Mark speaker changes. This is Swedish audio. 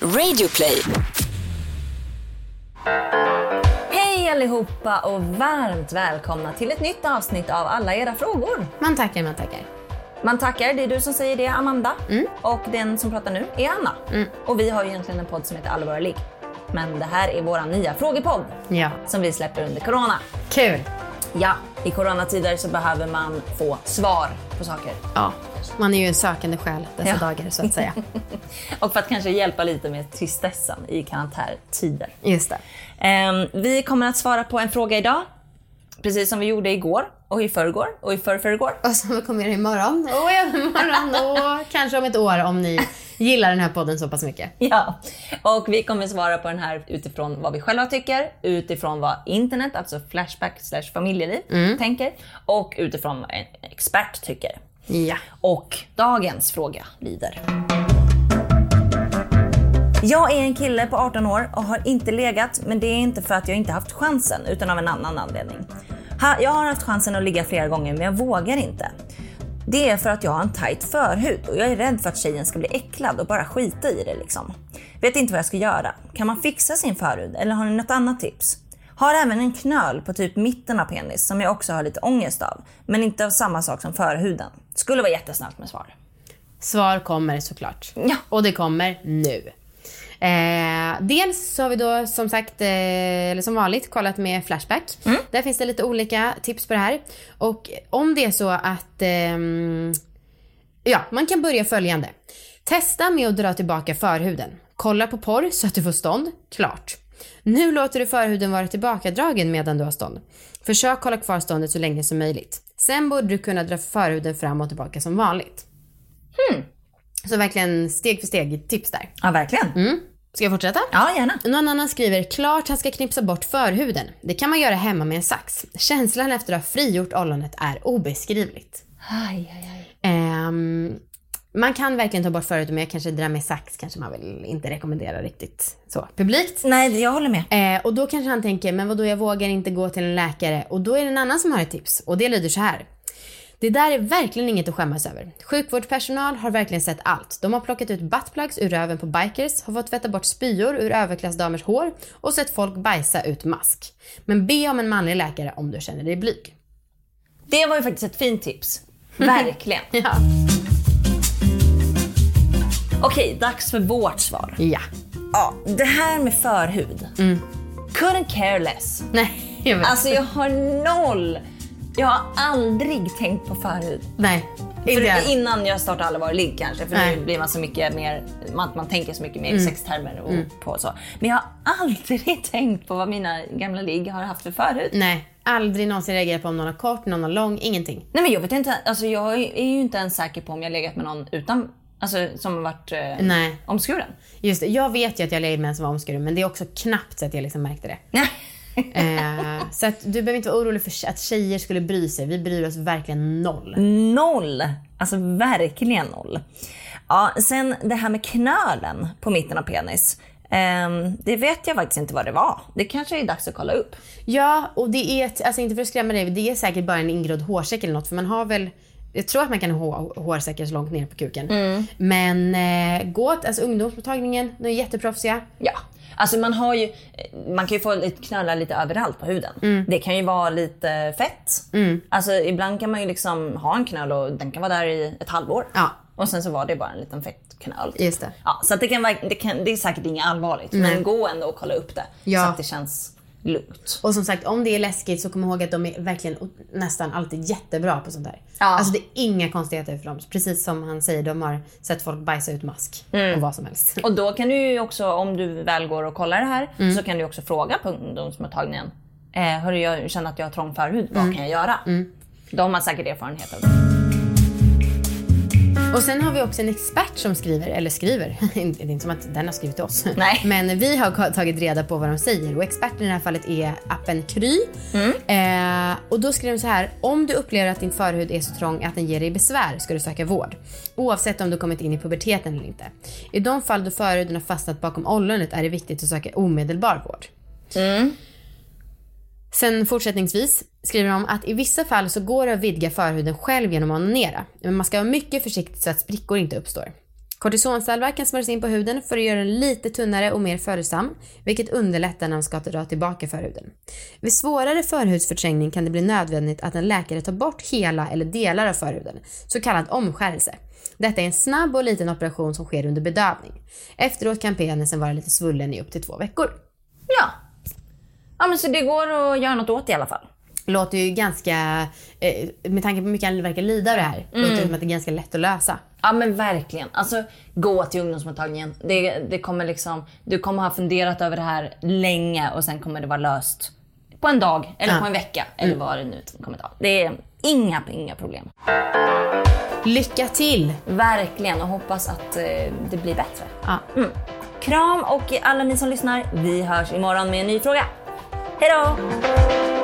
Speaker 1: Radioplay.
Speaker 2: Hej allihopa och varmt välkomna till ett nytt avsnitt av Alla era frågor.
Speaker 3: Man tackar, man tackar.
Speaker 2: Man tackar, det är du som säger det Amanda. Och den som pratar nu är Anna. Och vi har ju egentligen en podd som heter Alla våra ligg. Men det här är vår nya frågepodd
Speaker 3: Ja.
Speaker 2: som vi släpper under corona.
Speaker 3: Kul.
Speaker 2: Ja, i coronatider så behöver man få svar på saker.
Speaker 3: Ja. Man är ju en sökande själ dessa
Speaker 2: Ja.
Speaker 3: dagar så att säga.
Speaker 2: Och för att kanske hjälpa lite med tristessen i karantäntider.
Speaker 3: Just det.
Speaker 2: Ehm, vi kommer att svara på en fråga idag. Precis som vi gjorde igår och i förrgår och i förrförrgår.
Speaker 3: Och så kommer jag imorgon och i övermorgon och kanske om ett år om ni gillar den här podden så pass mycket.
Speaker 2: Ja, och vi kommer svara på den här utifrån vad vi själva tycker, utifrån vad internet, alltså Flashback slash familjeliv, tänker och utifrån vad en expert tycker.
Speaker 3: Ja.
Speaker 2: Och dagens fråga lyder. Jag är en kille på 18 år och har inte legat, men det är inte för att jag inte haft chansen utan av en annan anledning. Ha- Jag har haft chansen att ligga flera gånger men jag vågar inte. Det är för att jag har en tight förhud och jag är rädd för att tjejen ska bli äcklad och bara skita i det liksom. Vet inte vad jag ska göra. Kan man fixa sin förhud eller har ni något annat tips? Har även en knöl på typ mitten av penis som jag också har lite ångest av, men inte av samma sak som förhuden. Skulle vara jättesnabbt med svar.
Speaker 3: Svar kommer såklart.
Speaker 2: Ja.
Speaker 3: Och det kommer nu. Eh, dels så har vi då som sagt, eh, eller som vanligt, kollat med Flashback. Där finns det lite olika tips på det här. Och om det är så att ehm, Ja, man kan börja följande. Testa med att dra tillbaka förhuden. Kolla på porr så att du får stånd. Klart. Nu låter du förhuden vara tillbakadragen medan du har stånd. Försök hålla kvar ståndet så länge som möjligt. Sen borde du kunna dra förhuden fram och tillbaka som vanligt. Så verkligen steg för steg tips där.
Speaker 2: Ja, verkligen.
Speaker 3: Mm. Ska jag fortsätta?
Speaker 2: Ja, gärna.
Speaker 3: Någon annan skriver klart han ska knipsa bort förhuden. Det kan man göra hemma med en sax. Känslan efter att ha frigjort ollonet är obeskrivligt.
Speaker 2: Aj, aj, aj.
Speaker 3: Ehm, man kan verkligen ta bort förut, men jag kanske drar med sax kanske man väl inte rekommenderar riktigt så publikt.
Speaker 2: Nej, jag håller med.
Speaker 3: Eh, och då kanske han tänker, men vadå jag vågar inte gå till en läkare. Och då är det en annan som har ett tips och det lyder så här. Det där är verkligen inget att skämmas över. Sjukvårdspersonal har verkligen sett allt. De har plockat ut buttplugs ur röven på bikers, har fått tvätta bort spyor ur överklassdamers hår och sett folk bajsa ut mask. Men be om en manlig läkare om du känner dig blyg.
Speaker 2: Det var ju faktiskt ett fint tips. Verkligen.
Speaker 3: Ja.
Speaker 2: Okej, dags för vårt svar. Mm.
Speaker 3: Ja.
Speaker 2: Ja, det här med förhud. Couldn't care less.
Speaker 3: Nej, jag vet.
Speaker 2: Alltså jag har noll. Jag har aldrig tänkt på förhud.
Speaker 3: Nej.
Speaker 2: För
Speaker 3: jag.
Speaker 2: innan jag startade Allvar ligg kanske, för
Speaker 3: Nej. Mm.
Speaker 2: nu blir man så mycket mer, man, man tänker så mycket mer i sextermer och på så. Men jag har aldrig tänkt på vad mina gamla ligg har haft för förhud.
Speaker 3: Nej, aldrig någonsin reagerat på om någon har kort, någon har lång, ingenting.
Speaker 2: Nej men jag vet inte, alltså jag är ju inte ens säker på om jag legat med någon utan, alltså som har varit eh,
Speaker 3: Nej.
Speaker 2: omskuren.
Speaker 3: Just det, jag vet ju att jag legat med en som var omskuren men det är också knappt så att jag liksom märkte det.
Speaker 2: Nej.
Speaker 3: Eh, så att du behöver inte vara orolig för att tjejer skulle bry sig. Vi bryr oss verkligen noll.
Speaker 2: Noll! Alltså verkligen noll. Ja, sen det här med knölen på mitten av penis. Ehm, det vet jag faktiskt inte vad det var. Det kanske är dags att kolla upp.
Speaker 3: Ja, och det är, ett- alltså inte för att skrämma dig, det är säkert bara en ingrodd hårsäck eller något för man har väl jag tror att man kan ha hå- hårsäckar så långt ner på kuken. Men eh, gå till alltså, ungdomsmottagningen, de är jätteproffsiga.
Speaker 2: Ja. Alltså man har ju, man kan ju få lite knöla lite överallt på huden.
Speaker 3: Mm.
Speaker 2: Det kan ju vara lite fett. Alltså ibland kan man ju liksom ha en knöl och den kan vara där i ett halvår.
Speaker 3: Ja.
Speaker 2: Och sen så var det bara en liten fett knöl.
Speaker 3: Just det.
Speaker 2: Ja, så att det, kan, verk- det, kan, det är säkert inget allvarligt men gå ändå och kolla upp det.
Speaker 3: Ja.
Speaker 2: Så att det känns lugnt.
Speaker 3: Och som sagt, om det är läskigt så kom ihåg att de är verkligen o- nästan alltid jättebra på sånt där.
Speaker 2: Ja.
Speaker 3: Alltså det är inga konstigheter för dem. Precis som han säger, de har sett folk bajsa ut mask och vad som helst.
Speaker 2: Och då kan du ju också, om du väl går och kollar det här, så kan du också fråga på ungdomsmottagningen. Eh, hörru, jag känner att jag har trång förhud, vad kan jag göra? De har säkert erfarenhet av det.
Speaker 3: Och sen har vi också en expert som skriver, eller skriver, det är inte som att den har skrivit till oss.
Speaker 2: Nej.
Speaker 3: Men vi har ka- tagit reda på vad de säger och experten i det här fallet är appen Kry. Eh, och då skriver de så här, om du upplever att din förhud är så trång att den ger dig besvär ska du söka vård. Oavsett om du kommit in i puberteten eller inte. I de fall då förhuden har fastnat bakom ollonet är det viktigt att söka omedelbar vård. Sen fortsättningsvis skriver de att i vissa fall så går det att vidga förhuden själv genom att onanera. Men man ska vara mycket försiktig så att sprickor inte uppstår. Kortisonsalva kan smörjas in på huden för att göra den lite tunnare och mer följsam, vilket underlättar när de ska dra tillbaka förhuden. Vid svårare förhudsförträngning kan det bli nödvändigt att en läkare tar bort hela eller delar av förhuden, så kallad omskärelse. Detta är en snabb och liten operation som sker under bedövning. Efteråt kan penisen vara lite svullen i upp till två veckor.
Speaker 2: Ja. Ja men så det går att göra något åt i alla fall.
Speaker 3: Låter ju ganska, eh, med tanke på hur mycket han verkar lida av det här, låter det som att det är ganska lätt att lösa.
Speaker 2: Ja men verkligen. Alltså gå till ungdomsmottagningen. Det, det kommer liksom, du kommer ha funderat över det här länge och sen kommer det vara löst. På en dag eller
Speaker 3: Ja.
Speaker 2: på en vecka eller vad det nu kommer ta. Det är inga, inga problem.
Speaker 3: Lycka till!
Speaker 2: Verkligen och hoppas att eh, det blir bättre.
Speaker 3: Ja.
Speaker 2: Mm. Kram och alla ni som lyssnar. Vi hörs imorgon med en ny fråga. Hej då!